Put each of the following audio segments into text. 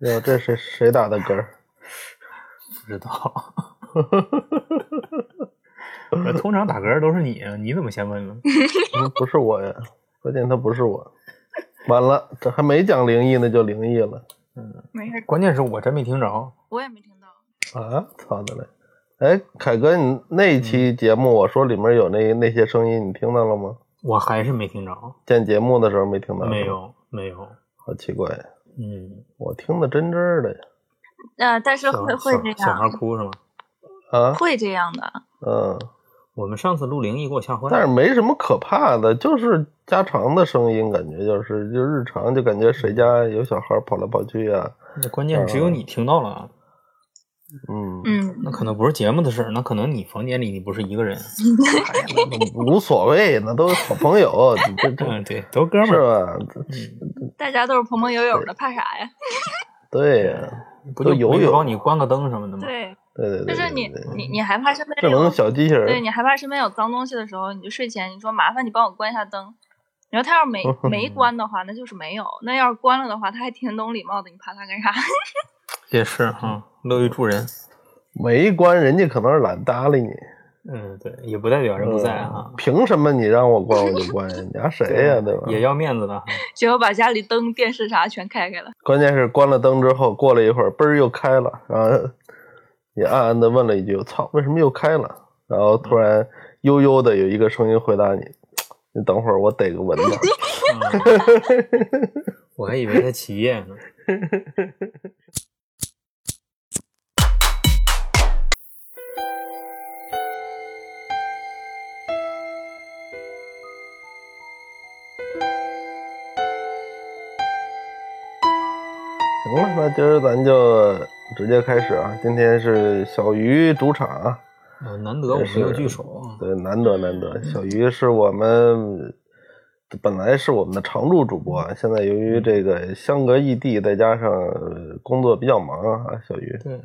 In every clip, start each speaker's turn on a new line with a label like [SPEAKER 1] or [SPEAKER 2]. [SPEAKER 1] 哟，这是谁打的嗝？
[SPEAKER 2] 不知道。 通常打嗝都是你，你怎么先问了？
[SPEAKER 1] 嗯不是我呀，关键他不是我。完了，这还没讲灵异呢，就灵异了
[SPEAKER 3] 没事，
[SPEAKER 2] 关键是我真没听着。
[SPEAKER 3] 我也没听到。
[SPEAKER 1] 啊！操的嘞！哎，凯哥，你那一期
[SPEAKER 2] 嗯
[SPEAKER 1] 节目我说里面有那那些声音，你听到了吗？
[SPEAKER 2] 我还是没听着，
[SPEAKER 1] 见节目的时候没听到，
[SPEAKER 2] 没，有，没有，
[SPEAKER 1] 好奇怪呀，
[SPEAKER 2] 嗯，
[SPEAKER 1] 我听的真真儿的呀。
[SPEAKER 3] 呃，但是
[SPEAKER 2] 小
[SPEAKER 3] 会会
[SPEAKER 2] 小
[SPEAKER 3] 这
[SPEAKER 2] 小孩
[SPEAKER 3] 样，
[SPEAKER 2] 哭是吗？
[SPEAKER 1] 啊，
[SPEAKER 3] 会这样的。
[SPEAKER 1] 嗯，
[SPEAKER 2] 我们上次录灵异给我吓坏
[SPEAKER 1] 但是
[SPEAKER 2] 了，
[SPEAKER 1] 没什么可怕的，就是家常的声音，感觉就是就日常，就感觉谁家有小孩跑来跑去啊，
[SPEAKER 2] 那关键是只有你听到了啊，
[SPEAKER 1] 嗯，
[SPEAKER 3] 嗯，
[SPEAKER 2] 那可能不是节目的事儿，那可能你房间里你不是一个人，
[SPEAKER 1] 哎呀那都无所谓，那都是好朋友，这这
[SPEAKER 2] 嗯，对，都是哥们
[SPEAKER 1] 是啊
[SPEAKER 2] 儿，
[SPEAKER 1] 吧？
[SPEAKER 3] 大家都是朋朋友友的，怕啥呀？
[SPEAKER 1] 对呀，
[SPEAKER 2] 不
[SPEAKER 1] 都
[SPEAKER 2] 就
[SPEAKER 1] 游
[SPEAKER 2] 没
[SPEAKER 1] 泳
[SPEAKER 2] 帮你关个灯什么的吗？
[SPEAKER 3] 对，
[SPEAKER 1] 对对对，
[SPEAKER 3] 就是
[SPEAKER 1] 对
[SPEAKER 3] 你
[SPEAKER 1] 对
[SPEAKER 3] 你你害怕身边
[SPEAKER 1] 智能
[SPEAKER 3] 有，
[SPEAKER 1] 小机器
[SPEAKER 3] 对
[SPEAKER 1] 人，
[SPEAKER 3] 你害怕身边有脏东西的时候，你就睡前你说麻烦你帮我关一下灯。你说他要是没
[SPEAKER 1] 嗯
[SPEAKER 3] 没关的话，那就是没有；那要是关了的话，他还挺懂礼貌的，你怕他干啥？
[SPEAKER 2] 也是哈，乐于助人，
[SPEAKER 1] 没关，人家可能是懒得搭理你，
[SPEAKER 2] 嗯，对，也不代表人不在啊
[SPEAKER 1] 嗯，凭什么你让我关我就关呀？你家谁 呀？对吧？
[SPEAKER 2] 也要面子的哈，
[SPEAKER 3] 结果把家里灯、电视啥全开开了。
[SPEAKER 1] 关键是关了灯之后，过了一会儿，嘣儿又开了，然后也暗暗的问了一句：“我操，为什么又开了？”然后突然悠悠的有一个声音回答你：“你等会儿，我逮个蚊子。”
[SPEAKER 2] 嗯我还以为他起夜呢。
[SPEAKER 1] 行了，那今儿咱就直接开始啊！今天是小鱼主场啊，
[SPEAKER 2] 嗯，难得我们又聚首啊，
[SPEAKER 1] 对，难得难得，小鱼是我们本来是我们的常驻主播啊，现在由于这个相隔异地，再加上呃工作比较忙啊，小鱼
[SPEAKER 2] 对，嗯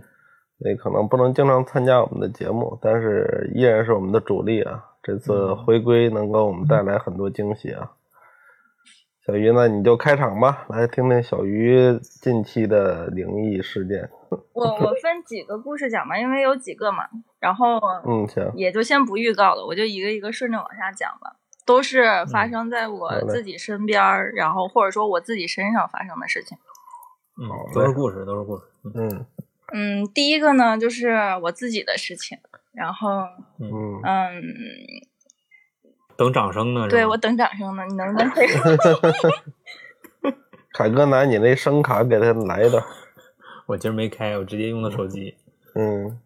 [SPEAKER 1] 所以可能不能经常参加我们的节目，但是依然是我们的主力啊。这次回归能给我们带来很多惊喜啊！小鱼呢，你就开场吧，来听听小鱼近期的灵异事件。
[SPEAKER 3] 我我分几个故事讲嘛，因为有几个嘛，然后
[SPEAKER 1] 嗯， 行，
[SPEAKER 3] 也就先不预告了，我就一个一个顺着往下讲吧，都是发生在
[SPEAKER 1] 嗯好
[SPEAKER 3] 我
[SPEAKER 1] 嘞
[SPEAKER 3] 自己身边儿，然后或者说我自己身上发生的事情。
[SPEAKER 2] 嗯
[SPEAKER 1] 好嘞，
[SPEAKER 2] 都是故事，都是故事，嗯
[SPEAKER 1] 嗯
[SPEAKER 3] 嗯，第一个呢就是我自己的事情，然后
[SPEAKER 1] 嗯，
[SPEAKER 3] 嗯，
[SPEAKER 2] 等掌声呢，是吧
[SPEAKER 3] 对我等掌声呢，你能不能配合？
[SPEAKER 1] 凯哥拿你那声卡给他来的，
[SPEAKER 2] 我今儿没开，我直接用的手机，
[SPEAKER 1] 嗯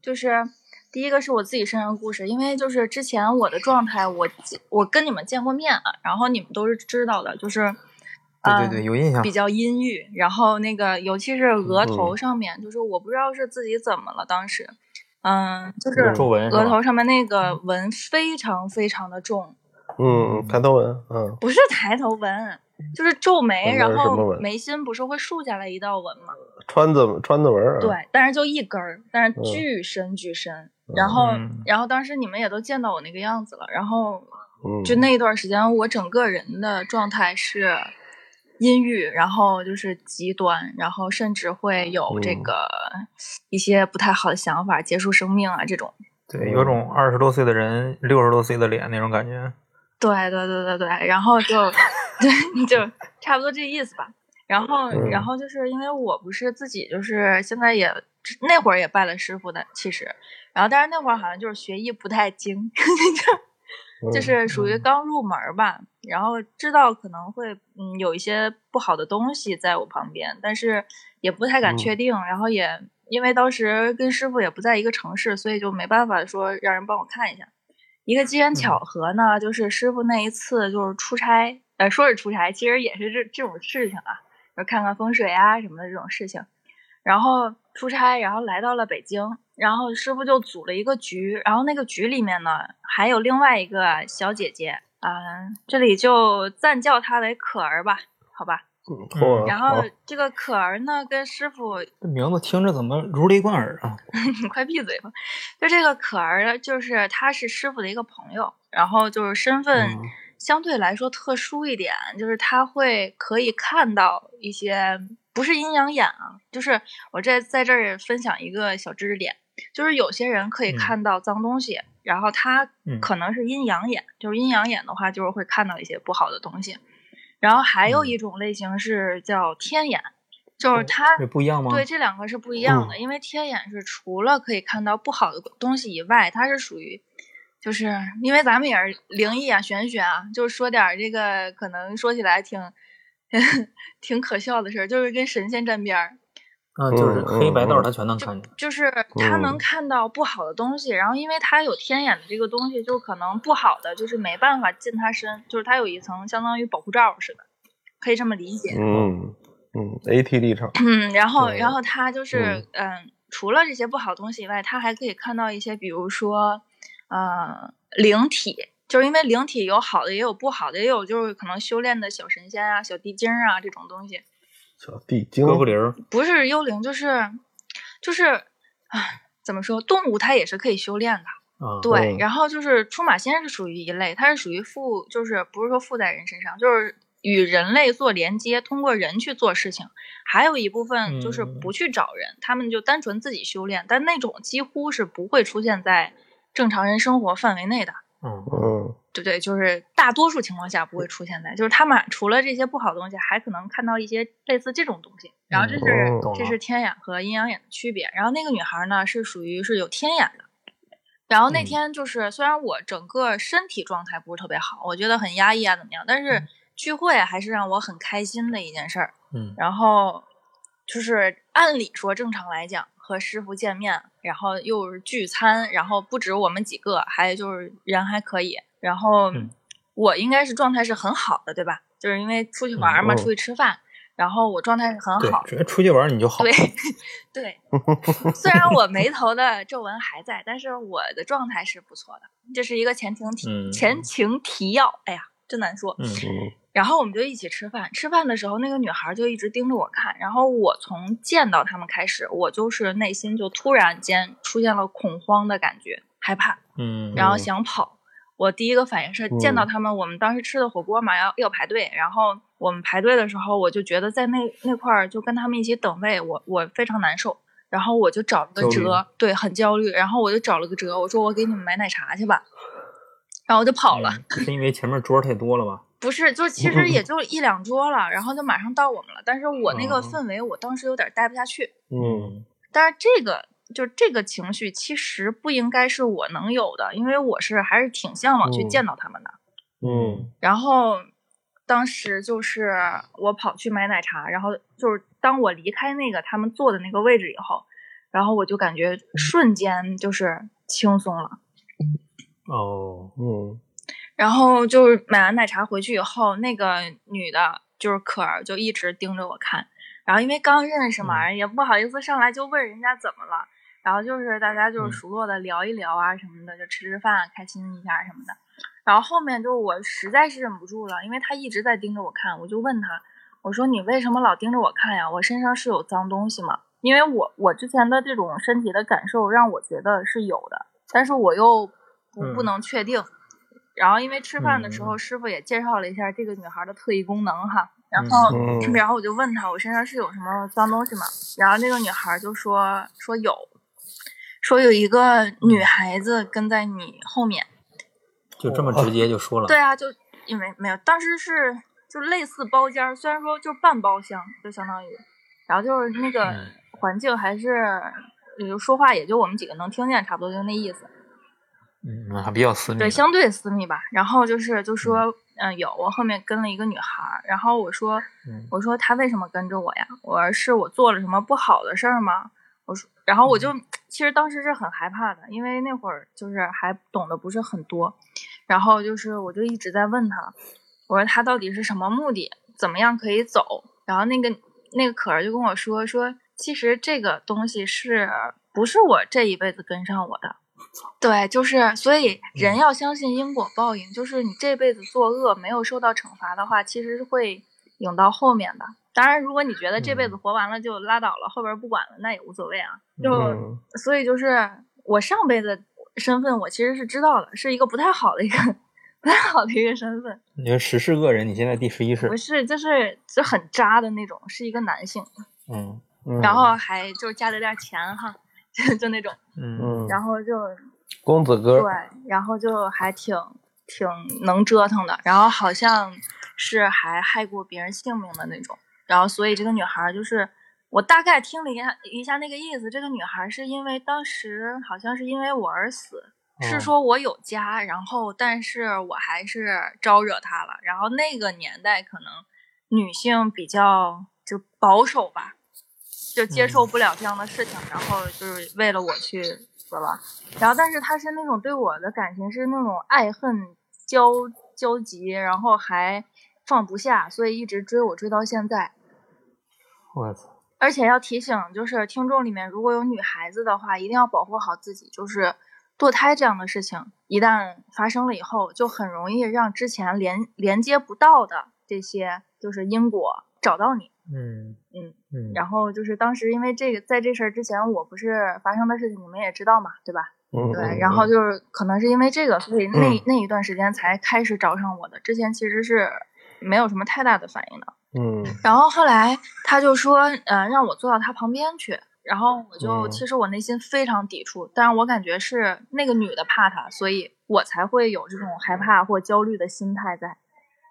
[SPEAKER 3] 就是第一个是我自己身上的故事，因为就是之前我的状态，我我跟你们见过面了，然后你们都是知道的，就是。
[SPEAKER 2] 对对
[SPEAKER 3] 嗯
[SPEAKER 2] 对，有印象
[SPEAKER 3] 比，较阴郁，然后那个尤其是额头
[SPEAKER 1] 啊嗯
[SPEAKER 3] 上面，就是我不知道是自己怎么了，当时，嗯，就是
[SPEAKER 1] 嗯
[SPEAKER 2] 皱纹是吧
[SPEAKER 3] 额头上面那个纹非常非常的重，
[SPEAKER 1] 嗯，抬头纹，嗯
[SPEAKER 3] 不是抬头纹，就是皱眉，
[SPEAKER 1] 那
[SPEAKER 3] 然
[SPEAKER 1] 是什么
[SPEAKER 3] 后
[SPEAKER 1] 纹
[SPEAKER 3] 眉心不是会竖下来一道纹吗？
[SPEAKER 1] 川字川字纹啊，
[SPEAKER 3] 对，但是就一根儿，但
[SPEAKER 1] 嗯
[SPEAKER 3] 是巨深巨深。然后，然后当时你们也都见到我那个样子了，然后
[SPEAKER 1] 嗯，
[SPEAKER 3] 就那一段时间，我整个人的状态是阴郁，然后就是极端，然后甚至会有这
[SPEAKER 1] 嗯
[SPEAKER 3] 个一些不太好的想法，结束生命啊这种。
[SPEAKER 2] 对，有种二十多岁的人六十多岁的脸那种感觉，
[SPEAKER 3] 对对对对对，然后就对 就差不多这意思吧。然后然
[SPEAKER 1] 嗯
[SPEAKER 3] 后就是因为我不是自己就是现在也那会儿也拜了师傅的，其实，然后但是那会儿好像就是学艺不太精，
[SPEAKER 1] 嗯
[SPEAKER 3] 就是属于
[SPEAKER 2] 嗯
[SPEAKER 3] 刚入门儿吧，然后知道可能会嗯有一些不好的东西在我旁边，但是也不太敢确定，然后也因为当时跟师傅也不在一个城市，所以就没办法说让人帮我看一下。一个机缘巧合呢，就是师傅那一次就是出差，呃，说是出差，其实也是这这种事情啊，就看看风水啊什么的这种事情。然后出差，然后来到了北京，然后师傅就组了一个局，然后那个局里面呢，还有另外一个小姐姐，嗯、这里就暂叫她为可儿吧，好吧。
[SPEAKER 1] 嗯嚯
[SPEAKER 3] 然
[SPEAKER 1] 好
[SPEAKER 3] 后这个可儿呢，跟师傅，
[SPEAKER 2] 这名字听着怎么如雷贯耳啊？
[SPEAKER 3] 你快闭嘴吧，就这个可儿，就是她是师傅的一个朋友，然后就是身份
[SPEAKER 2] 嗯
[SPEAKER 3] 相对来说特殊一点，就是她会可以看到一些不是阴阳眼啊，就是我这在这儿分享一个小知识点，就是有些人可以看到脏东西，然后他
[SPEAKER 2] 嗯
[SPEAKER 3] 可能是阴阳眼，就是阴阳眼的话，就是会看到一些不好的东西。然后
[SPEAKER 2] 嗯
[SPEAKER 3] 还有一种类型是叫天眼，
[SPEAKER 2] 哦
[SPEAKER 3] 就是他
[SPEAKER 2] 这不一样吗？
[SPEAKER 3] 对，这两个是不一样的，因为天眼是除了可以看到不好的东西以外，它是属于，就是因为咱们也是灵异啊、玄学啊，就是说点儿这个可能说起来挺 挺可笑的事儿，就是跟神仙沾边儿，
[SPEAKER 2] 啊，就是
[SPEAKER 1] 嗯
[SPEAKER 2] 黑白道
[SPEAKER 1] 嗯
[SPEAKER 2] 他全能看见。
[SPEAKER 3] 就是他能
[SPEAKER 1] 嗯
[SPEAKER 3] 看到不好的东西，然后因为他有天眼的这个东西，就可能不好的就是没办法进他身，就是他有一层相当于保护罩似的，可以这么理解。
[SPEAKER 1] 嗯嗯，AT 立场，
[SPEAKER 3] 嗯，然后然
[SPEAKER 1] 对
[SPEAKER 3] 后他就是嗯、除了这些不好东西以外，他还可以看到一些，比如说呃灵体，就是因为灵体有好的也有不好的，也有就是可能修炼的小神仙啊、小地精儿啊这种东西，
[SPEAKER 1] 小地精，
[SPEAKER 2] 哥布林儿，
[SPEAKER 3] 不是幽灵就是就是啊怎么说，动物它也是可以修炼的。
[SPEAKER 2] 啊，
[SPEAKER 3] 对，
[SPEAKER 1] 嗯
[SPEAKER 3] 然后就是出马仙是属于一类，它是属于附，就是不是说附在人身上，就是与人类做连接，通过人去做事情。还有一部分就是不去找人，他们就单纯自己修炼，但那种几乎是不会出现在正常人生活范围内的，
[SPEAKER 2] 嗯，
[SPEAKER 1] 嗯
[SPEAKER 3] 对不对？就是大多数情况下不会出现在，就是他们除了这些不好的东西，还可能看到一些类似这种东西。然后这是、
[SPEAKER 1] 嗯
[SPEAKER 2] 懂了
[SPEAKER 3] 这是天眼和阴阳眼的区别。然后那个女孩呢是属于是有天眼的。然后那
[SPEAKER 2] 嗯
[SPEAKER 3] 天就是、虽然我整个身体状态不是特别好，我觉得很压抑啊怎么样，但是
[SPEAKER 2] 嗯
[SPEAKER 3] 聚会啊还是让我很开心的一件事儿。
[SPEAKER 2] 嗯，
[SPEAKER 3] 然后就是按理说正常来讲和师傅见面，然后又是聚餐，然后不止我们几个，还就是人还可以。然后
[SPEAKER 2] 嗯
[SPEAKER 3] 我应该是状态是很好的，对吧？就是因为出去玩儿嘛，
[SPEAKER 1] 嗯
[SPEAKER 3] 出去吃饭，然后我状态是很
[SPEAKER 2] 哦对
[SPEAKER 3] 好，的。
[SPEAKER 2] 只要出去玩儿你就好。
[SPEAKER 3] 对 对，虽然我眉头的皱纹还在，但是我的状态是不错的。这是一个前情提、
[SPEAKER 2] 嗯
[SPEAKER 3] 前情提要，哎呀，真难说。
[SPEAKER 2] 嗯
[SPEAKER 1] 嗯
[SPEAKER 3] 然后我们就一起吃饭，吃饭的时候那个女孩就一直盯着我看，然后我从见到他们开始，我就是内心就突然间出现了恐慌的感觉，害怕，
[SPEAKER 2] 嗯，
[SPEAKER 3] 然后
[SPEAKER 1] 嗯
[SPEAKER 3] 想跑。我第一个反应是见到他们，我们当时吃的火锅嘛，要要排队，然后我们排队的时候，我就觉得在那那块儿就跟他们一起等位，我我非常难受，然后我就找了个
[SPEAKER 2] 焦虑
[SPEAKER 3] 折，对，很焦虑，然后我就找了个折，我说我给你们买奶茶去吧，然后我就跑了。
[SPEAKER 2] 嗯，是因为前面桌儿太多了吧？
[SPEAKER 3] 不是，就是其实也就一两桌了，然后就马上到我们了。但是我那个
[SPEAKER 2] 嗯
[SPEAKER 3] 氛围，我当时有点待不下去。
[SPEAKER 1] 嗯，
[SPEAKER 3] 但是这个就这个情绪，其实不应该是我能有的，因为我是还是挺向往去
[SPEAKER 1] 嗯
[SPEAKER 3] 见到他们的。
[SPEAKER 1] 嗯
[SPEAKER 3] 然后当时就是我跑去买奶茶，然后就是当我离开那个他们坐的那个位置以后，然后我就感觉瞬间就是轻松了。
[SPEAKER 2] 哦，
[SPEAKER 1] 嗯
[SPEAKER 3] 然后就是买完奶茶回去以后，那个女的，就是可儿，就一直盯着我看。然后因为刚认识嘛，也不好意思上来就问人家怎么了。然后就是大家就
[SPEAKER 2] 嗯
[SPEAKER 3] 是熟络的聊一聊啊什么的，就吃吃饭，啊开心一下什么的。然后后面就我实在是忍不住了，因为她一直在盯着我看，我就问她，我说你为什么老盯着我看呀？我身上是有脏东西吗？因为我我之前的这种身体的感受让我觉得是有的，但是我又不不
[SPEAKER 2] 嗯
[SPEAKER 3] 能确定。然后因为吃饭的时
[SPEAKER 2] 嗯
[SPEAKER 3] 候，师傅也介绍了一下这个女孩的特异功能哈，然后、
[SPEAKER 1] 嗯嗯
[SPEAKER 3] 然后我就问她我身上是有什么脏东西吗？然后那个女孩就说说有，说有一个女孩子跟在你后面。
[SPEAKER 2] 就这么直接就说了。
[SPEAKER 3] 对啊，就因为没有，当时是就类似包间儿，虽然说就半包厢，就相当于，然后就是那个
[SPEAKER 2] 嗯
[SPEAKER 3] 环境还是，就说话也就我们几个能听见，差不多就那意思。
[SPEAKER 2] 嗯，还比较私密。
[SPEAKER 3] 对，相对私密吧。然后就是就说，嗯、有我后面跟了一个女孩儿，然后我说，
[SPEAKER 2] 嗯
[SPEAKER 3] 我说她为什么跟着我呀？我说是我做了什么不好的事儿吗？我说，然后我就、
[SPEAKER 2] 嗯
[SPEAKER 3] 其实当时是很害怕的，因为那会儿就是还懂得不是很多，然后就是我就一直在问她，我说她到底是什么目的，怎么样可以走？然后那个那个可儿就跟我说说，其实这个东西是不是我这一辈子跟上我的？对，就是所以
[SPEAKER 2] 嗯
[SPEAKER 3] 人要相信因果报应，就是你这辈子作恶没有受到惩罚的话，其实是会影到后面的。当然，如果你觉得这辈子
[SPEAKER 2] 嗯
[SPEAKER 3] 活完了就拉倒了，后边不管了，那也无所谓啊。就、
[SPEAKER 1] 嗯
[SPEAKER 3] 所以就是我上辈子身份，我其实是知道的，是一个不太好的一个 不太好的一个身份。
[SPEAKER 2] 你说十世恶人，你现在第十一世
[SPEAKER 3] 不，是，就是就很渣的那种，是一个男性，
[SPEAKER 2] 嗯
[SPEAKER 3] 然后还就是家里有点钱哈， 就就那种，
[SPEAKER 2] 嗯
[SPEAKER 1] 嗯，
[SPEAKER 3] 然后就
[SPEAKER 1] 公子哥
[SPEAKER 3] 对，然后就还挺挺能折腾的，然后好像是还害过别人性命的那种，然后所以这个女孩儿就是我大概听了一下一下那个意思，这个女孩儿是因为当时好像是因为我而死，
[SPEAKER 2] 哦
[SPEAKER 3] 是说我有家，然后但是我还是招惹她了，然后那个年代可能女性比较就保守吧。就接受不了这样的事情，然后就是为了我去死了。然后，但是他是那种对我的感情是那种爱恨交交集，然后还放不下，所以一直追我追到现在。
[SPEAKER 2] 我操，
[SPEAKER 3] 而且要提醒，就是听众里面如果有女孩子的话，一定要保护好自己。就是堕胎这样的事情，一旦发生了以后，就很容易让之前连连接不到的这些就是因果找到你。
[SPEAKER 2] 嗯
[SPEAKER 3] 嗯
[SPEAKER 2] 嗯，
[SPEAKER 3] 然后就是当时因为这个，在这事儿之前，我不是发生的事情，你们也知道嘛，对吧？
[SPEAKER 1] 嗯，
[SPEAKER 3] 对，
[SPEAKER 1] 嗯
[SPEAKER 3] 然后
[SPEAKER 1] 嗯
[SPEAKER 3] 就是可能是因为这个，所以那、
[SPEAKER 1] 嗯
[SPEAKER 3] 那一段时间才开始找上我的。之前其实是没有什么太大的反应的。
[SPEAKER 1] 嗯
[SPEAKER 3] 然后后来他就说，呃，让我坐到他旁边去。然后我就、
[SPEAKER 1] 嗯
[SPEAKER 3] 其实我内心非常抵触，但是我感觉是那个女的怕他，所以我才会有这种
[SPEAKER 1] 嗯
[SPEAKER 3] 害怕或焦虑的心态在。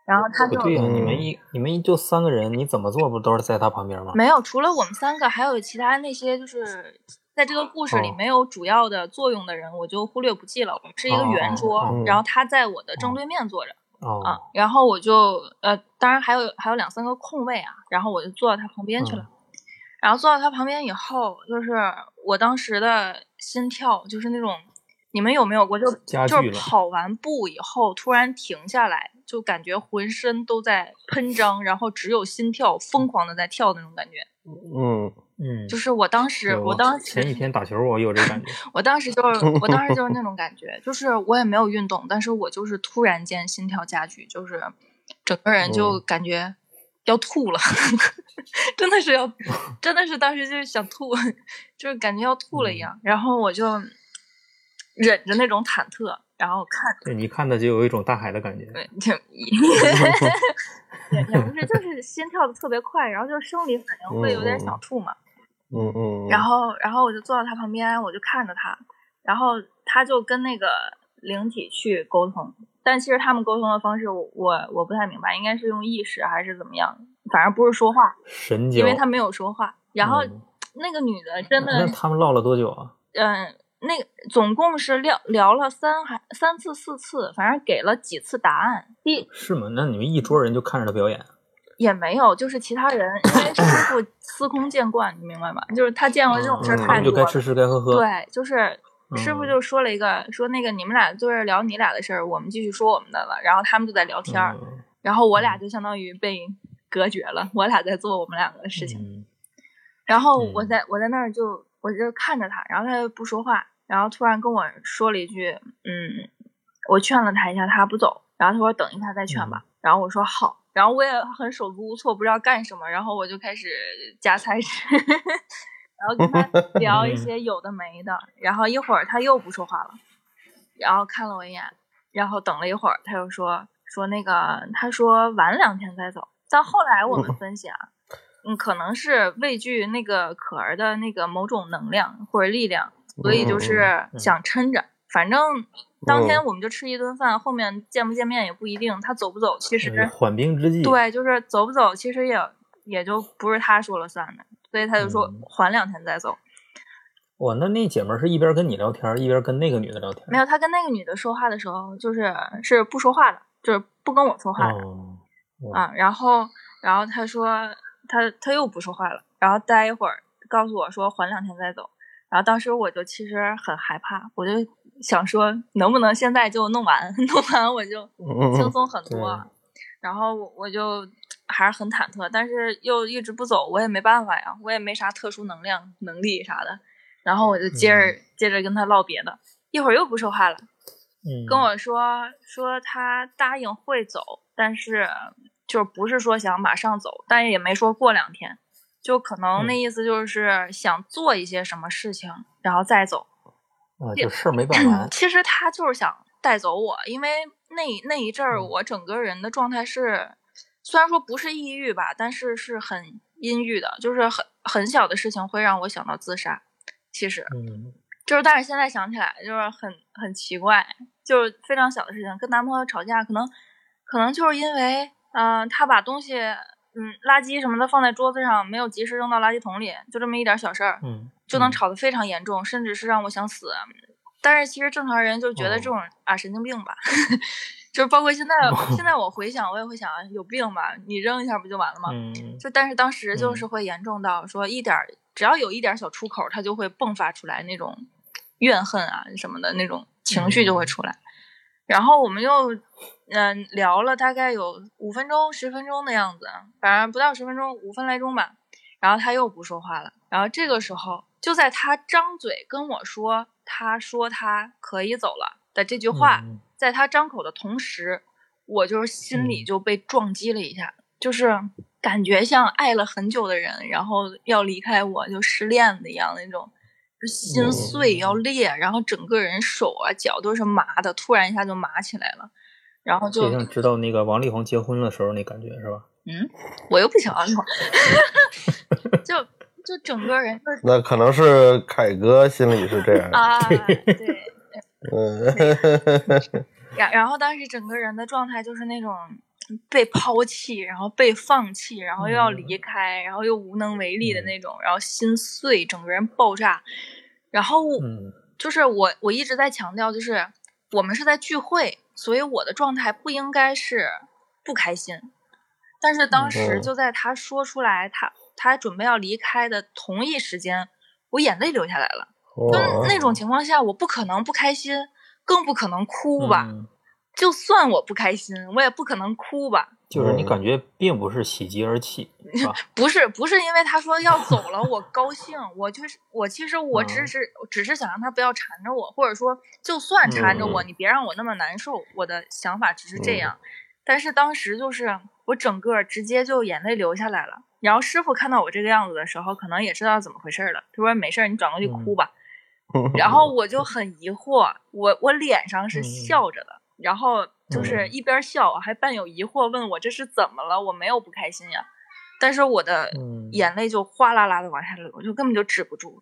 [SPEAKER 3] 然后他
[SPEAKER 2] 不
[SPEAKER 3] 就
[SPEAKER 2] 哦对呀、
[SPEAKER 1] 嗯
[SPEAKER 2] 你们一你们一就三个人，你怎么做不都是在他旁边吗？
[SPEAKER 3] 没有，除了我们三个，还有其他那些就是在这个故事里
[SPEAKER 2] 哦
[SPEAKER 3] 没有主要的作用的人，我就忽略不计了。我们是一个
[SPEAKER 2] 哦
[SPEAKER 3] 圆桌，
[SPEAKER 1] 哦
[SPEAKER 3] 然后他在我的正
[SPEAKER 2] 哦
[SPEAKER 3] 对面坐着、
[SPEAKER 2] 哦，
[SPEAKER 3] 啊，然后我就呃，当然还有还有两三个空位啊，然后我就坐到他旁边去
[SPEAKER 2] 嗯
[SPEAKER 3] 了。然后坐到他旁边以后，就是我当时的心跳就是那种，你们有没有过就
[SPEAKER 2] 加剧
[SPEAKER 3] 就是
[SPEAKER 2] 了
[SPEAKER 3] 跑完步以后突然停下来，就感觉浑身都在喷张，然后只有心跳疯狂的在跳那种感觉。
[SPEAKER 1] 嗯
[SPEAKER 2] 嗯，
[SPEAKER 3] 就是我当时，
[SPEAKER 2] 有
[SPEAKER 3] 我当
[SPEAKER 2] 前几
[SPEAKER 3] 时，
[SPEAKER 2] 天打球，我有这感 觉，
[SPEAKER 3] 我 当时就是，我当时就是那种感觉，就是我也没有运动，但是我就是突然间心跳加剧，就是整个人就
[SPEAKER 2] 哦
[SPEAKER 1] 嗯
[SPEAKER 3] 感觉要吐了， 真的是要，真的是当时就是想吐， 就是感觉要吐
[SPEAKER 2] 嗯
[SPEAKER 3] 了一样。然后我就忍着那种忐忑，然后看，
[SPEAKER 2] 对你看的就有一种大海的感觉。
[SPEAKER 3] 对就 也也不是，就是心跳的特别快，然后就生理反应会有
[SPEAKER 2] 哦
[SPEAKER 3] 点想
[SPEAKER 1] 嗯
[SPEAKER 3] 吐嘛。
[SPEAKER 1] 嗯嗯，
[SPEAKER 3] 然后，然后我就坐到他旁边，我就看着他，然后他就跟那个灵体去沟通，但其实他们沟通的方式我，我我不太明白，应该是用意识还是怎么样，反正不是说话，
[SPEAKER 2] 神交，
[SPEAKER 3] 因为他没有说话。然后、
[SPEAKER 2] 嗯
[SPEAKER 3] 那个女的真的
[SPEAKER 2] 那，他们唠了多久啊？
[SPEAKER 3] 嗯、那个总共是聊聊了三还三次四次，反正给了几次答案。第
[SPEAKER 2] 是吗？那你们一桌人就看着他表演？
[SPEAKER 3] 也没有，就是其他人因为师傅司空见惯，你明白吗？就是他见过这种事儿
[SPEAKER 2] 嗯
[SPEAKER 1] 嗯
[SPEAKER 2] 他
[SPEAKER 3] 太
[SPEAKER 2] 们
[SPEAKER 3] 多
[SPEAKER 2] 就该
[SPEAKER 3] 了。
[SPEAKER 2] 吃吃该喝喝。
[SPEAKER 3] 对，就是师傅
[SPEAKER 2] 嗯
[SPEAKER 3] 就说了一个，说那个你们俩就是聊你俩的事儿，我们继续说我们的了。然后他们就在聊天儿，
[SPEAKER 2] 嗯，
[SPEAKER 3] 然后我俩就相当于被隔绝了，我俩在做我们两个的事情。
[SPEAKER 2] 嗯
[SPEAKER 3] 然后我
[SPEAKER 2] 嗯
[SPEAKER 3] 在我在那儿就我就看着他，然后他就不说话，然后突然跟我说了一句，嗯，我劝了他一下，他不走，然后他说等一下再劝吧，然后我说好。然后我也很手足无措，不知道干什么，然后我就开始夹菜吃， 然后跟他聊一些有的没的，然后一会儿他又不说话了，然后看了我一眼，然后等了一会儿，他又说说那个，他说晚两天再走。但后来我们分析啊，嗯，可能是畏惧那个可儿的那个某种能量或者力量，所以就
[SPEAKER 1] 嗯
[SPEAKER 3] 是
[SPEAKER 2] 嗯
[SPEAKER 3] 想撑着。反正当天我们就吃一顿饭，后面见不见面也不一定。他走不走，其实
[SPEAKER 2] 嗯缓兵之计。，
[SPEAKER 3] 对，就是走不走，其实也也就不是他说了算的。所以他就说
[SPEAKER 2] 嗯
[SPEAKER 3] 缓两天再走。
[SPEAKER 2] 哇，那那姐们儿是一边跟你聊天，一边跟那个女的聊天。
[SPEAKER 3] 没有，他跟那个女的说话的时候，就是是不说话的，就是不跟我说话的。
[SPEAKER 2] 哦，
[SPEAKER 1] 嗯
[SPEAKER 2] 哇，
[SPEAKER 3] 啊，然后然后他说他他又不说话了，然后待一会儿告诉我说缓两天再走，然后当时我就其实很害怕，我就想说能不能现在就弄完， 弄完我就轻
[SPEAKER 1] 嗯
[SPEAKER 3] 松很多啊，然后我我就还是很忐忑，但是又一直不走，我也没办法呀，我也没啥特殊能量能力啥的，然后我就接着、
[SPEAKER 1] 嗯
[SPEAKER 3] 接着跟他唠别的，一会儿又不说话了。
[SPEAKER 2] 嗯，
[SPEAKER 3] 跟我说说他答应会走，但是就不是说想马上走，但也没说过两天，就可能那意思就是想做一些什么事情，然后再走。
[SPEAKER 2] 啊，就事儿没办完。
[SPEAKER 3] 其实他就是想带走我，因为那那一阵儿，我整个人的状态是，虽然说不是抑郁吧，但是是很阴郁的，就是很很小的事情会让我想到自杀。其实，
[SPEAKER 2] 嗯，
[SPEAKER 3] 就是但是现在想起来，就是很很奇怪，就是非常小的事情，跟男朋友吵架，可能可能就是因为，嗯、他把东西，嗯，垃圾什么的放在桌子上，没有及时扔到垃圾桶里，就这么一点小事儿，
[SPEAKER 2] 嗯，
[SPEAKER 3] 就能
[SPEAKER 2] 嗯
[SPEAKER 3] 吵得非常严重，甚至是让我想死。但是其实正常人就觉得这种、啊神经病吧， 就是包括现在，现在我回想，我也会想有病吧，你扔一下不就完了吗？
[SPEAKER 2] 嗯，
[SPEAKER 3] 就但是当时就
[SPEAKER 2] 嗯
[SPEAKER 3] 是会严重到说一点儿，只要有一点儿小出口，它就会迸发出来那种怨恨啊什么的那种情绪
[SPEAKER 2] 嗯
[SPEAKER 3] 就会出来。然后我们又嗯、聊了大概有五分钟十分钟的样子，反正不到十分钟五分来钟吧。然后他又不说话了。然后这个时候就在他张嘴跟我说他说他可以走了的这句话，
[SPEAKER 2] 嗯
[SPEAKER 3] 在他张口的同时，我就是心里
[SPEAKER 2] 嗯
[SPEAKER 3] 就被撞击了一下，就是感觉像爱了很久的人，然后要离开我，就失恋的一样那种，就心碎要裂，然后整个人手啊脚都是麻的，突然一下就麻起来了，然后
[SPEAKER 2] 就
[SPEAKER 3] 就
[SPEAKER 2] 像知道那个王力宏结婚的时候那感觉是吧？
[SPEAKER 3] 我又不想要那种 就就整个人就是
[SPEAKER 1] 那可能是凯哥心里是这样的，
[SPEAKER 3] 啊，对。
[SPEAKER 1] 嗯，
[SPEAKER 3] 然然后当时整个人的状态就是那种被抛弃，然后被放弃，然后又要离开，然后又无能为力的那种，然后心碎，整个人爆炸。然后
[SPEAKER 2] 嗯
[SPEAKER 3] 就是我我一直在强调，就是我们是在聚会，所以我的状态不应该是不开心。但是当时
[SPEAKER 1] 嗯
[SPEAKER 3] 就在他说出来他他准备要离开的同一时间，我眼泪流下来了。就
[SPEAKER 1] 哇
[SPEAKER 3] 那种情况下，我不可能不开心，更不可能哭吧。
[SPEAKER 2] 嗯
[SPEAKER 3] 就算我不开心，我也不可能哭吧。
[SPEAKER 2] 就是你感觉并不是喜极而泣， 是吧？
[SPEAKER 3] 不是，不是因为他说要走了，我高兴，我就是我，其实我只
[SPEAKER 2] 嗯
[SPEAKER 3] 是、只是想让他不要缠着我，或者说就算缠着我，
[SPEAKER 1] 嗯
[SPEAKER 3] 你别让我那么难受。我的想法只是这样，但是当时就是我整个直接就眼泪流下来了。然后师傅看到我这个样子的时候，可能也知道怎么回事了，他说没事儿，你转过去哭吧。 然后我就很疑惑，我我脸上是
[SPEAKER 2] 嗯
[SPEAKER 3] 笑着的，然后就是一边笑还伴有疑惑，问我这是怎么了？我没有不开心呀，但是我的
[SPEAKER 2] 嗯
[SPEAKER 3] 眼泪就哗啦啦的往下流，就根本就止不住，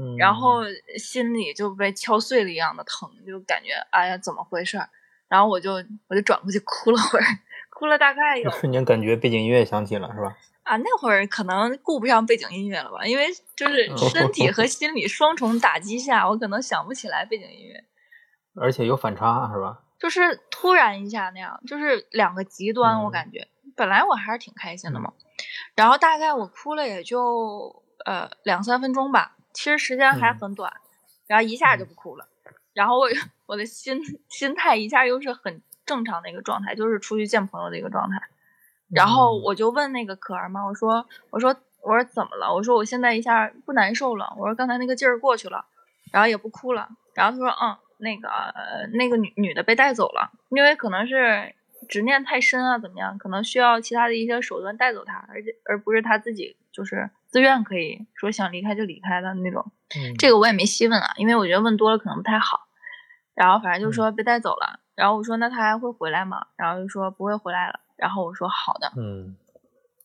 [SPEAKER 2] 嗯，
[SPEAKER 3] 然后心里就被敲碎了一样的疼，就感觉哎呀怎么回事儿？然后我就我就转过去哭了会儿，哭了大概有
[SPEAKER 2] 就瞬间感觉背景音乐响起了，是吧？
[SPEAKER 3] 啊，那会儿可能顾不上背景音乐了吧，因为就是
[SPEAKER 2] 嗯
[SPEAKER 3] 身体和心理双重打击下，我可能想不起来背景音乐。
[SPEAKER 2] 而且有反差，是吧？
[SPEAKER 3] 就是突然一下那样，就是两个极端，
[SPEAKER 2] 嗯
[SPEAKER 3] 我感觉、本来我还是挺开心的嘛，然后大概我哭了也就呃两三分钟吧，其实时间还
[SPEAKER 2] 嗯
[SPEAKER 3] 很短，然后一下就不哭了，然后我我的心心态一下又是很正常的一个状态，就是出去见朋友的一个状态，然后
[SPEAKER 2] 嗯
[SPEAKER 3] 我就问那个可儿嘛，我说我说我说怎么了？我说我现在一下不难受了，我说刚才那个劲儿过去了，然后也不哭了。然后他说嗯，那个、呃那个女女的被带走了，因为可能是执念太深啊，怎么样？可能需要其他的一些手段带走她，而且而不是她自己就是自愿可以说想离开就离开的那种。
[SPEAKER 2] 嗯
[SPEAKER 3] 这个我也没细问啊，因为我觉得问多了可能不太好。然后反正就
[SPEAKER 2] 嗯
[SPEAKER 3] 说被带走了，然后我说那她还会回来吗？然后就说不会回来了。然后我说好的。
[SPEAKER 2] 嗯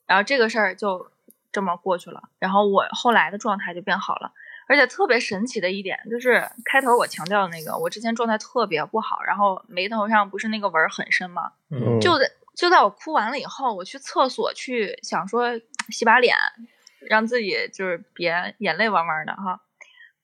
[SPEAKER 3] 然后这个事儿就这么过去了。然后我后来的状态就变好了，而且特别神奇的一点就是，开头我强调的那个，我之前状态特别不好，然后眉头上不是那个纹儿很深吗？
[SPEAKER 2] 嗯
[SPEAKER 3] 就在就在我哭完了以后，我去厕所去想说洗把脸，让自己就是别眼泪汪汪的哈。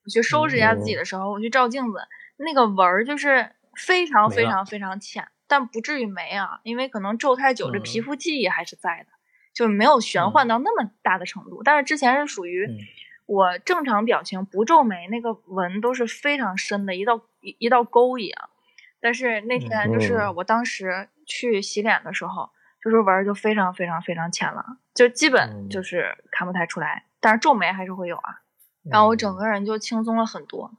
[SPEAKER 3] 我去收拾一下自己
[SPEAKER 2] 嗯
[SPEAKER 3] 的时候，我去照镜子，那个纹儿就是非常
[SPEAKER 2] 没
[SPEAKER 3] 非
[SPEAKER 2] 了
[SPEAKER 3] 常非常浅，但不至于没啊，因为可能皱太久，这皮
[SPEAKER 2] 嗯
[SPEAKER 3] 肤记忆还是在的，就没有玄幻到那么大的程度。但是之前是属于
[SPEAKER 2] 嗯
[SPEAKER 3] 我正常表情不皱眉，那个纹都是非常深的，一道一一道沟一样。但是那天就是
[SPEAKER 1] 嗯
[SPEAKER 3] 我当时去洗脸的时候，就是纹儿就非常非常非常浅了，就基本
[SPEAKER 2] 嗯
[SPEAKER 3] 就是看不太出来，但是皱眉还是会有啊。然后我整个人就轻松了很多。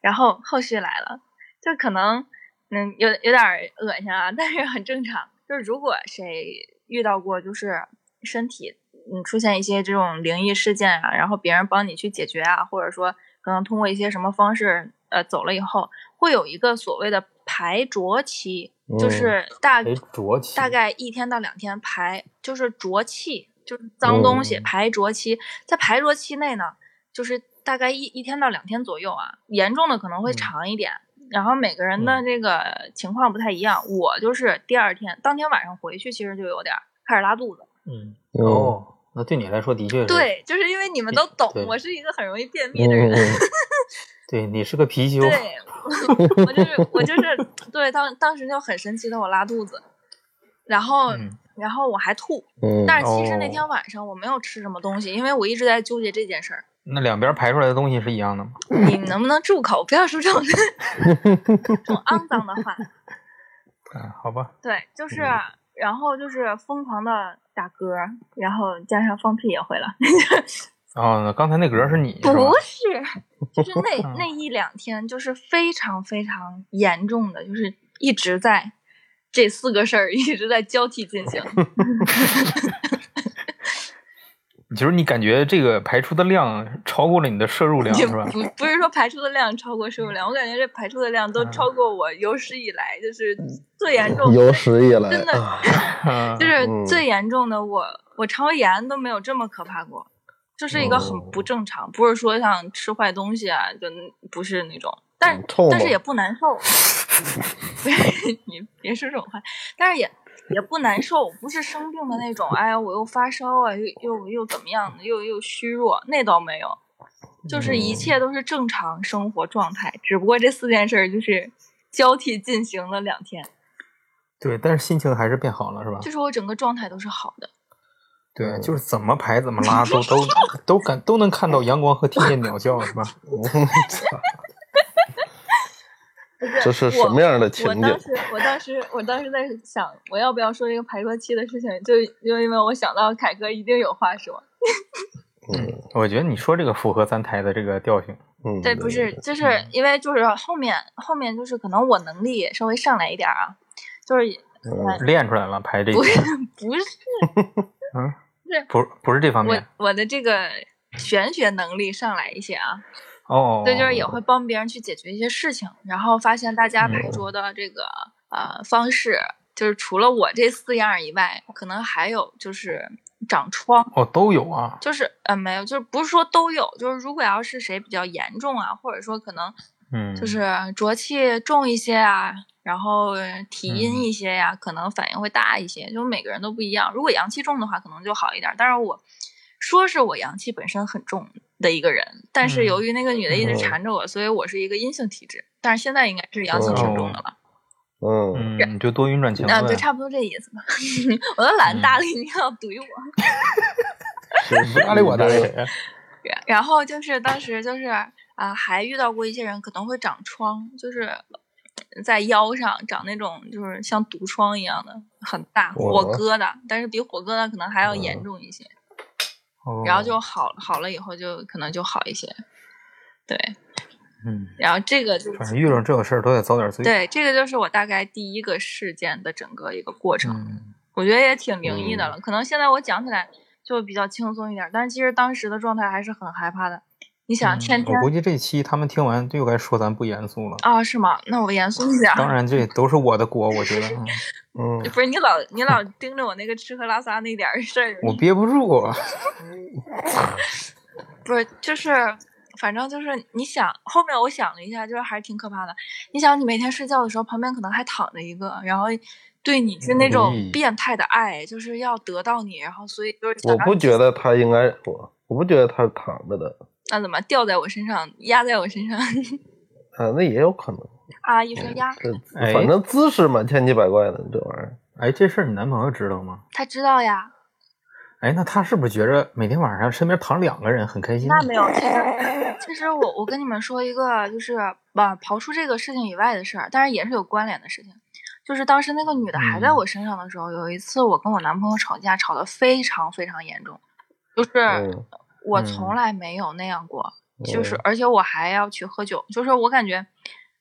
[SPEAKER 3] 然后后续来了，就可能嗯有有点儿恶心啊， 但是很正常。就是如果谁遇到过就是身体嗯出现一些这种灵异事件啊，然后别人帮你去解决啊，或者说可能通过一些什么方式呃走了以后，会有一个所谓的排浊期，就是大、
[SPEAKER 2] 哎，浊气，
[SPEAKER 3] 大概一天到两天排，就是浊气，就是脏东西、
[SPEAKER 2] 嗯
[SPEAKER 3] 排浊期，在排浊期内呢，就是大概一一天到两天左右啊，严重的可能会
[SPEAKER 2] 嗯
[SPEAKER 3] 长一点。然后每个人的这个情况不太一样，我就是第二天当天晚上回去，其实就有点儿开始拉肚子。
[SPEAKER 2] 嗯，
[SPEAKER 1] 嗯
[SPEAKER 2] 哦，那对你来说的确是，
[SPEAKER 3] 对，就是因为你们都懂
[SPEAKER 2] 对，哦
[SPEAKER 3] 我是一个很容易便秘的人。
[SPEAKER 1] 嗯，
[SPEAKER 2] 对你是个貔貅，
[SPEAKER 3] 对，我 就是我就是对当当时就很神奇的我拉肚子，然后、
[SPEAKER 2] 嗯
[SPEAKER 3] 然后我还吐，
[SPEAKER 1] 嗯，
[SPEAKER 3] 但是其实那
[SPEAKER 2] 哦
[SPEAKER 3] 天晚上我没有吃什么东西，因为我一直在纠结这件事儿。
[SPEAKER 2] 那两边排出来的东西是一样的吗？
[SPEAKER 3] 你们能不能住口？不要说这种这种肮脏的话。
[SPEAKER 2] 啊，好吧，
[SPEAKER 3] 对，就是
[SPEAKER 2] 嗯
[SPEAKER 3] 然后就是疯狂的打嗝，然后加上放屁也会了。
[SPEAKER 2] 哦，那刚才那格是你，是吧嗯
[SPEAKER 3] 不是，就是 那那一两天，就是非常非常严重的，就是一直在这四个事儿一直在交替进行。
[SPEAKER 2] 就是你感觉这个排出的量超过了你的摄入量，
[SPEAKER 3] 也
[SPEAKER 2] 是
[SPEAKER 3] 不
[SPEAKER 2] 吧？
[SPEAKER 3] 不是说排出的量超过摄入量，我感觉这排出的量都
[SPEAKER 2] 嗯
[SPEAKER 3] 超过我有史以来就是最严重的，
[SPEAKER 1] 有史以来
[SPEAKER 3] 真的
[SPEAKER 1] 啊
[SPEAKER 2] 啊
[SPEAKER 3] 就是
[SPEAKER 1] 嗯
[SPEAKER 3] 最严重的我，我肠胃炎都没有这么可怕过，就是一个很不正常，不是说像吃坏东西啊，就不是那种，但是、
[SPEAKER 1] 嗯臭吗
[SPEAKER 3] 但是也不难受，你别说这种话，但是也。也不难受，不是生病的那种。哎呀，我又发烧啊，又又又怎么样的，又又虚弱，那倒没有。就是一切都是正常生活状态，只不过这四件事儿就是交替进行了两天，
[SPEAKER 2] 对，但是心情还是变好了，是吧？
[SPEAKER 3] 就是我整个状态都是好的。
[SPEAKER 2] 对，就是怎么排怎么拉都都都感都能看到阳光和听见鸟叫，是吧？
[SPEAKER 1] 这是什么样的情
[SPEAKER 3] 我
[SPEAKER 1] 景
[SPEAKER 3] 当？时，我当时，我当时在想，我要不要说这个排桌期的事情？就就因为我想到凯哥一定有话说。
[SPEAKER 1] 嗯
[SPEAKER 2] 我觉得你说这个符合咱台的这个调性，
[SPEAKER 1] 嗯，
[SPEAKER 3] 对，不是，就是因为就是后面后面就是可能我能力也稍微上来一点儿啊，就是
[SPEAKER 1] 嗯
[SPEAKER 2] 练出来了排这
[SPEAKER 3] 哎不是
[SPEAKER 2] 些，
[SPEAKER 3] 不是
[SPEAKER 2] 嗯，
[SPEAKER 3] 是
[SPEAKER 2] 不不是这方
[SPEAKER 3] 我
[SPEAKER 2] 面
[SPEAKER 3] 我的这个玄学能力上来一些啊，
[SPEAKER 2] 哦，
[SPEAKER 3] 对，就是也会帮别人去解决一些事情，然后发现大家
[SPEAKER 1] 嗯
[SPEAKER 3] 排桌的这个、呃方式，就是除了我这四样以外，可能还有就是长疮，
[SPEAKER 2] 哦都有啊，
[SPEAKER 3] 就是呃没有，就是不是说都有，就是如果要是谁比较严重啊，或者说可能
[SPEAKER 2] 嗯，
[SPEAKER 3] 就是浊气重一些啊，然后体
[SPEAKER 2] 嗯
[SPEAKER 3] 阴一些呀、可能反应会大一些，就每个人都不一样。如果阳气重的话，可能就好一点。但是我说是我阳气本身很重的一个人，但
[SPEAKER 2] 嗯
[SPEAKER 3] 是由于那个女的一直
[SPEAKER 1] 哦
[SPEAKER 3] 缠着我，所以我是一个阴性体质。但是现在应该是阳性挺重的
[SPEAKER 2] 哦
[SPEAKER 3] 了，
[SPEAKER 1] 嗯，
[SPEAKER 2] 嗯，就多云转晴
[SPEAKER 3] 啊，
[SPEAKER 2] 呗
[SPEAKER 3] 对，，差不多这意思吧。 我都
[SPEAKER 2] 嗯
[SPEAKER 3] 懒得搭理你，要怼我。
[SPEAKER 2] 不搭理我搭理谁啊？
[SPEAKER 3] 然然后就是当时就是啊、还遇到过一些人可能会长疮，就是在腰上长那种就是像毒疮一样的很大火
[SPEAKER 1] 哇
[SPEAKER 3] 疙瘩，但是比火疙瘩可能还要严重一些。
[SPEAKER 2] 嗯哦
[SPEAKER 3] 然后就好好了以后就可能就好一些，对。
[SPEAKER 2] 嗯，
[SPEAKER 3] 然后这个就
[SPEAKER 2] 反
[SPEAKER 3] 是
[SPEAKER 2] 正遇上这种事儿都得遭点罪，，
[SPEAKER 3] 对这个就是我大概第一个事件的整个一个过程。
[SPEAKER 2] 嗯，
[SPEAKER 3] 我觉得也挺灵异的了。可能现在我讲起来就比较轻松一点，但是其实当时的状态还是很害怕的。你想，天
[SPEAKER 2] 嗯
[SPEAKER 3] 天
[SPEAKER 2] 我、估计这期他们听完就该说咱不严肃了。
[SPEAKER 3] 啊，是吗？那我严肃一点儿。
[SPEAKER 2] 当然，这都是我的锅，我 觉得，嗯
[SPEAKER 1] 嗯，
[SPEAKER 3] 不是你老你老盯着我那个吃喝拉撒那点儿事儿，
[SPEAKER 2] 我憋不住，啊
[SPEAKER 3] 不是就是，反正就是你想后面我想了一下，就是还是挺可怕的。你想你每天睡觉的时候，旁边可能还躺着一个，然后对你是那种
[SPEAKER 2] 嗯
[SPEAKER 3] 变态的爱，就是要得到你，然后所以就是想
[SPEAKER 1] 我
[SPEAKER 3] 让
[SPEAKER 1] 不
[SPEAKER 3] 你
[SPEAKER 1] 觉得他应该，我我不觉得他是躺着的，
[SPEAKER 3] 那怎么掉在我身上，压在我身上
[SPEAKER 1] 啊，那也有可能，
[SPEAKER 3] 啊一声压，
[SPEAKER 1] 这
[SPEAKER 2] 哎
[SPEAKER 1] 反正姿势嘛，千奇百怪的这玩意儿。
[SPEAKER 2] 哎，这事儿你男朋友知道吗？
[SPEAKER 3] 他知道呀，
[SPEAKER 2] 哎，那他是不是觉着每天晚上身边躺两个人很开心呢？
[SPEAKER 3] 那没有，其实其实我我跟你们说一个，就是把刨出这个事情以外的事儿，但是也是有关联的事情。就是当时那个女的还在
[SPEAKER 2] 嗯
[SPEAKER 3] 我身上的时候，有一次我跟我男朋友吵架，吵得非常非常严重，就是啊
[SPEAKER 1] 嗯
[SPEAKER 2] 嗯
[SPEAKER 3] 我
[SPEAKER 2] 哦
[SPEAKER 3] 从来没有那样过，就是
[SPEAKER 1] 嗯
[SPEAKER 3] 而且我还要去喝酒，就是我感觉，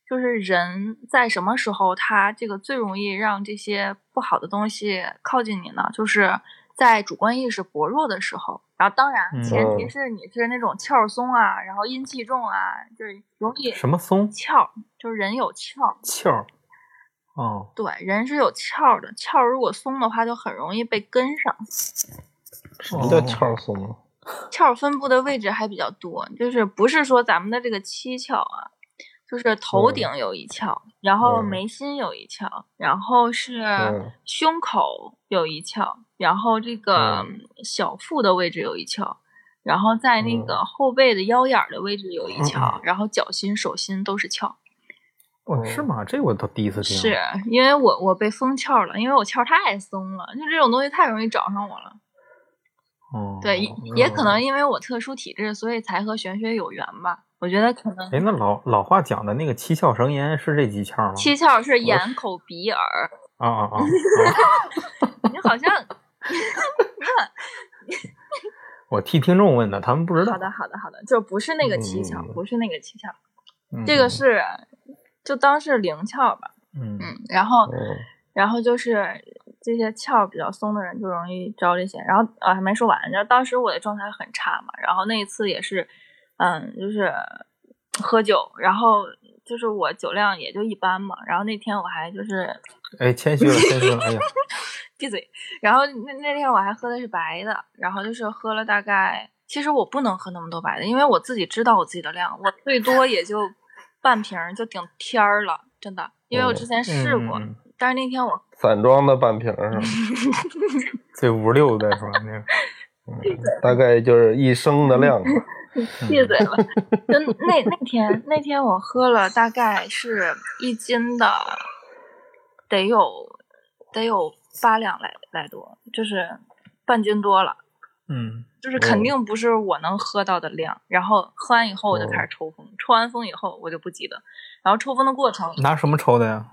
[SPEAKER 3] 就是人在什么时候他这个最容易让这些不好的东西靠近你呢？就是在主观意识薄弱的时候。然后当然
[SPEAKER 2] 嗯
[SPEAKER 3] 前提是你是那种窍松啊，然后阴气重啊，就是容易
[SPEAKER 2] 什么松
[SPEAKER 3] 窍，就是人有窍，
[SPEAKER 2] 窍儿？哦，
[SPEAKER 3] 对，人是有鞘的，鞘如果松的话，就很容易被跟上。
[SPEAKER 1] 什么叫翘松啊？
[SPEAKER 3] 鞘分布的位置还比较多，就是不是说咱们的这个七窍啊，就是头顶有一窍，然后
[SPEAKER 1] 嗯
[SPEAKER 3] 眉心有一窍，然后
[SPEAKER 1] 嗯
[SPEAKER 3] 是胸口有一窍，然后这个小腹的位置有一窍，然后在那个后背的腰眼儿的位置有一窍，然后脚心、手心都是窍。
[SPEAKER 2] 哦，是吗？这我倒第一次听。
[SPEAKER 3] 是因为我我被封窍了，因为我窍太松了，就这种东西太容易找上我了。
[SPEAKER 2] 哦，
[SPEAKER 3] 对，也也可能因为我特殊体质，所以才和玄学有缘吧。我觉得可能
[SPEAKER 2] 哎，那老老话讲的那个七窍生烟是这几窍吗？
[SPEAKER 3] 七窍是眼、口、鼻、耳。
[SPEAKER 2] 啊 啊啊！啊
[SPEAKER 3] 你好像
[SPEAKER 2] 我替听众问的，他们不知道
[SPEAKER 3] 好。的，好的，好的，就不是那个七窍，
[SPEAKER 2] 嗯
[SPEAKER 3] 不是那个七窍，
[SPEAKER 2] 嗯
[SPEAKER 3] 这个是就当是灵窍吧。
[SPEAKER 2] 嗯
[SPEAKER 3] 嗯，然后
[SPEAKER 1] 嗯
[SPEAKER 3] 然后就是这些窍比较松的人就容易招这些。然后呃还没说完，然后当时我的状态很差嘛，然后那一次也是，嗯，就是喝酒，然后就是我酒量也就一般嘛，然后那天我还就是
[SPEAKER 2] 哎，谦 虚了，谦虚了。哎呀，
[SPEAKER 3] 闭嘴，然后那那天我还喝的是白的，然后就是喝了大概，其实我不能喝那么多白的，因为我自己知道我自己的量，我最多也就半瓶儿就顶天儿了，真的，因为我之前试过，
[SPEAKER 2] 嗯嗯嗯
[SPEAKER 3] 但是那天我
[SPEAKER 1] 散装的半瓶 儿是吧？
[SPEAKER 2] 这五六的是吧？那 个
[SPEAKER 1] 大概就是一升的量吧。
[SPEAKER 2] 嗯
[SPEAKER 3] 闭嘴了。就那那天那天我喝了大概是一斤的，得有得有八两来来多，就是半斤多了，
[SPEAKER 2] 嗯，
[SPEAKER 3] 就是肯定不是我能喝到的量。然后喝完以后我就
[SPEAKER 2] 哦
[SPEAKER 3] 开始抽风，抽完风以后我就不急了。然后抽风的过程
[SPEAKER 2] 嗯拿什么抽的呀？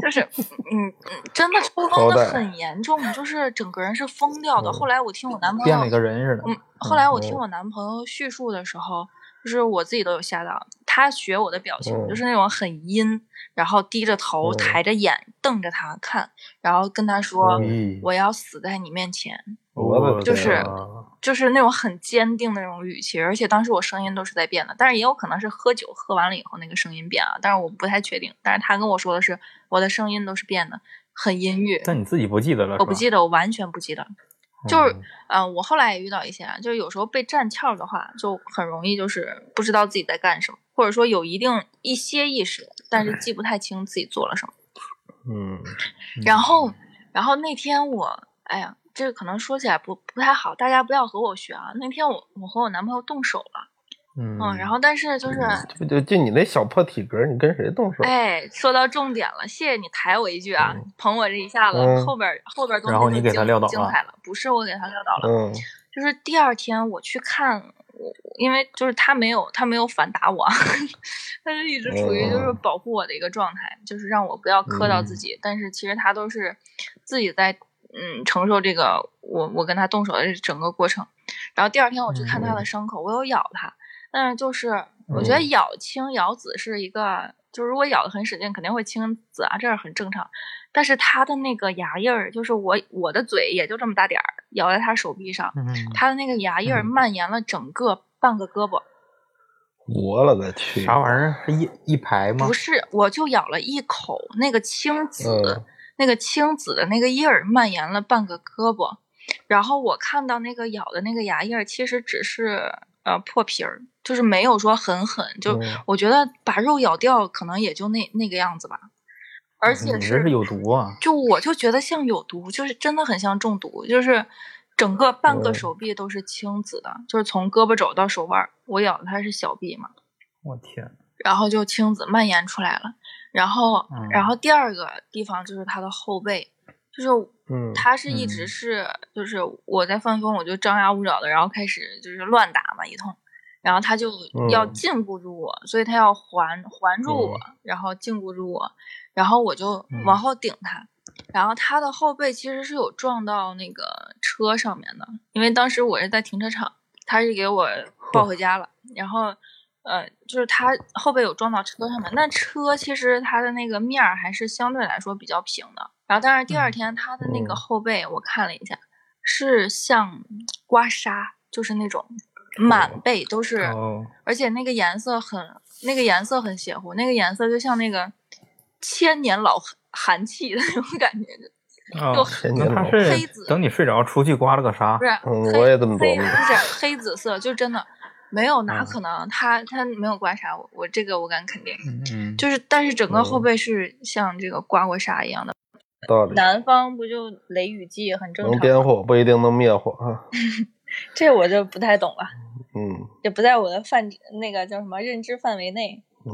[SPEAKER 3] 就是，嗯，嗯真的抽
[SPEAKER 1] 好
[SPEAKER 3] 风的
[SPEAKER 1] 歹
[SPEAKER 3] 很严重，就是整个人是疯掉的。
[SPEAKER 1] 嗯
[SPEAKER 3] 后来我听我男朋
[SPEAKER 2] 哦变了
[SPEAKER 3] 友
[SPEAKER 2] 一个哦人似的。
[SPEAKER 3] 哦嗯，后来我
[SPEAKER 1] 嗯
[SPEAKER 3] 听我男朋友叙述的时候，就是我自己都有吓到。他学我的表情，
[SPEAKER 2] 哦
[SPEAKER 1] 嗯
[SPEAKER 3] 就是那种很阴，然后低着头、
[SPEAKER 1] 嗯
[SPEAKER 3] 抬着眼瞪着他看，然后跟他说：“
[SPEAKER 1] 嗯
[SPEAKER 2] 咦
[SPEAKER 3] 我要死在你面前。
[SPEAKER 1] 我的
[SPEAKER 3] 就是
[SPEAKER 2] 天啊”
[SPEAKER 3] 就是那种很坚定的那种语气，而且当时我声音都是在变的，但是也有可能是喝酒喝完了以后那个声音变啊，但是我不太确定。但是他跟我说的是我的声音都是变的，很阴郁。
[SPEAKER 2] 但你自己不记得了，
[SPEAKER 3] 我不
[SPEAKER 2] 得，
[SPEAKER 3] 记得，我完全不记得。就是
[SPEAKER 2] 嗯，
[SPEAKER 3] 嗯、我后来也遇到一些啊，就是有时候被占窍的话，就很容易就是不知道自己在干什么，或者说有一定一些意识，但是记不太清自己做了什么。
[SPEAKER 1] 嗯，
[SPEAKER 3] 然后，然后那天我，哎呀，这个可能说起来不不太好，大家不要和我学啊。那天我我和我男朋友动手了，
[SPEAKER 2] 嗯，
[SPEAKER 3] 嗯，然后但是就是，
[SPEAKER 1] 这不就就你那小破体格，你跟谁动手？
[SPEAKER 3] 哎，说到重点了，谢谢你抬我一句啊，捧我这一下子，
[SPEAKER 1] 嗯
[SPEAKER 3] 后边儿后边儿东西
[SPEAKER 2] 然后
[SPEAKER 3] 就
[SPEAKER 2] 你给他
[SPEAKER 3] 精
[SPEAKER 2] 撂倒
[SPEAKER 3] 精
[SPEAKER 2] 了
[SPEAKER 3] 彩了，不是我给他撂倒了，
[SPEAKER 1] 嗯
[SPEAKER 3] 就是第二天我去看我，因为就是他没有他没有反打我啊， 他就一直处于就是
[SPEAKER 1] 嗯
[SPEAKER 3] 保护我的一个状态，就是让我不要磕到自己。但是其实他都是自己在嗯承受这个我我跟他动手的这整个过程。然后第二天我去看他的伤口，我有咬他，但是就是我觉得
[SPEAKER 1] 嗯
[SPEAKER 3] 咬青咬紫是一个，就如果咬的很使劲，肯定会青紫啊，这是很正常。但是他的那个牙印儿，就是我我的嘴也就这么大点儿，咬在他手臂上，
[SPEAKER 2] 嗯，
[SPEAKER 3] 他的那个牙印儿
[SPEAKER 2] 嗯
[SPEAKER 3] 蔓延了整个半个胳膊。
[SPEAKER 1] 我了个去！嗯
[SPEAKER 2] 啥玩意儿？是一一排吗
[SPEAKER 3] 不？是，我就咬了一口，那个青紫，
[SPEAKER 2] 呃
[SPEAKER 1] 嗯
[SPEAKER 3] 那个青紫的那个印儿蔓延了半个胳膊。然后我看到那个咬的那个牙印儿，其实只是呃破皮儿，就是没有说很狠。就、
[SPEAKER 1] 嗯
[SPEAKER 3] 我觉得把肉咬掉，可能也就那那个样子吧。而且
[SPEAKER 2] 嗯你这是有毒啊！
[SPEAKER 3] 就我就觉得像有毒，就是真的很像中毒，就是整个半个
[SPEAKER 1] 嗯
[SPEAKER 3] 手臂都是青紫的，就是从胳膊肘到手腕儿。我咬的它是小臂嘛，
[SPEAKER 2] 我天，
[SPEAKER 3] 然后就青紫蔓延出来了。然后，
[SPEAKER 2] 嗯
[SPEAKER 3] 然后第二个地方就是它的后背，就是
[SPEAKER 1] 嗯
[SPEAKER 3] 它是一直
[SPEAKER 2] 嗯
[SPEAKER 3] 是，就是我在放风，我就张牙舞爪的，然后开始就是乱打嘛一通，然后他就要
[SPEAKER 1] 嗯
[SPEAKER 3] 禁锢住我，所以他要环环住我，然后禁锢住我，然后我就往
[SPEAKER 2] 嗯
[SPEAKER 3] 后顶他，然后他的后背其实是有撞到那个车上面的，因为当时我是在停车场，他是给我抱回家了，然后。呃，就是他后背有撞到车上面，那车其实它的那个面儿还是相对来说比较平的。然后，但是第
[SPEAKER 2] 嗯
[SPEAKER 3] 二天他的那个
[SPEAKER 1] 嗯
[SPEAKER 3] 后背我看了一下，是像刮痧，就是那种满背都是，
[SPEAKER 2] 哦，
[SPEAKER 3] 而且那个颜色很，那个颜色很邪乎，那个颜色就像那个千年老寒寒气的那种感觉，
[SPEAKER 2] 啊
[SPEAKER 3] 就，
[SPEAKER 1] 千
[SPEAKER 2] 那
[SPEAKER 1] 年
[SPEAKER 2] 他
[SPEAKER 1] 老，
[SPEAKER 3] 黑
[SPEAKER 2] 是
[SPEAKER 3] 子
[SPEAKER 2] 等你睡着出去刮了个痧
[SPEAKER 3] 不，是？
[SPEAKER 1] 嗯
[SPEAKER 3] 黑
[SPEAKER 1] 我也这么
[SPEAKER 3] 黑
[SPEAKER 1] 琢磨
[SPEAKER 3] 一点黑紫色，就真的没有哪
[SPEAKER 2] 嗯
[SPEAKER 3] 可能，他他没有刮痧，我我这个我敢肯定，
[SPEAKER 2] 嗯，
[SPEAKER 3] 就是但是整个后
[SPEAKER 1] 嗯
[SPEAKER 3] 背是像这个刮过痧一样的。
[SPEAKER 1] 道理，
[SPEAKER 3] 南方不就雷雨季很正
[SPEAKER 1] 能
[SPEAKER 3] 常
[SPEAKER 1] 点
[SPEAKER 3] 吗，
[SPEAKER 1] 火不一定能灭火啊。
[SPEAKER 3] 这我就不太懂了，
[SPEAKER 1] 嗯
[SPEAKER 3] 也不在我的范那个叫什么认知范围内。
[SPEAKER 1] 嗯，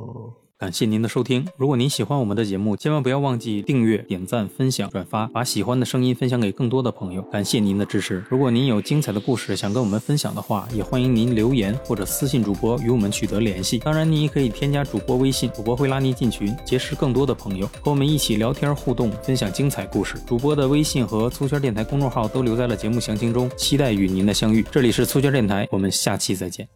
[SPEAKER 4] 感谢您的收听。如果您喜欢我们的节目，千万不要忘记订阅、点赞、分享、转发，把喜欢的声音分享给更多的朋友。感谢您的支持。如果您有精彩的故事想跟我们分享的话，也欢迎您留言或者私信主播与我们取得联系。当然，您也可以添加主播微信，主播会拉您进群，结识更多的朋友，和我们一起聊天互动，分享精彩故事。主播的微信和粗圈电台公众号都留在了节目详情中，期待与您的相遇。这里是粗圈电台，我们下期再见。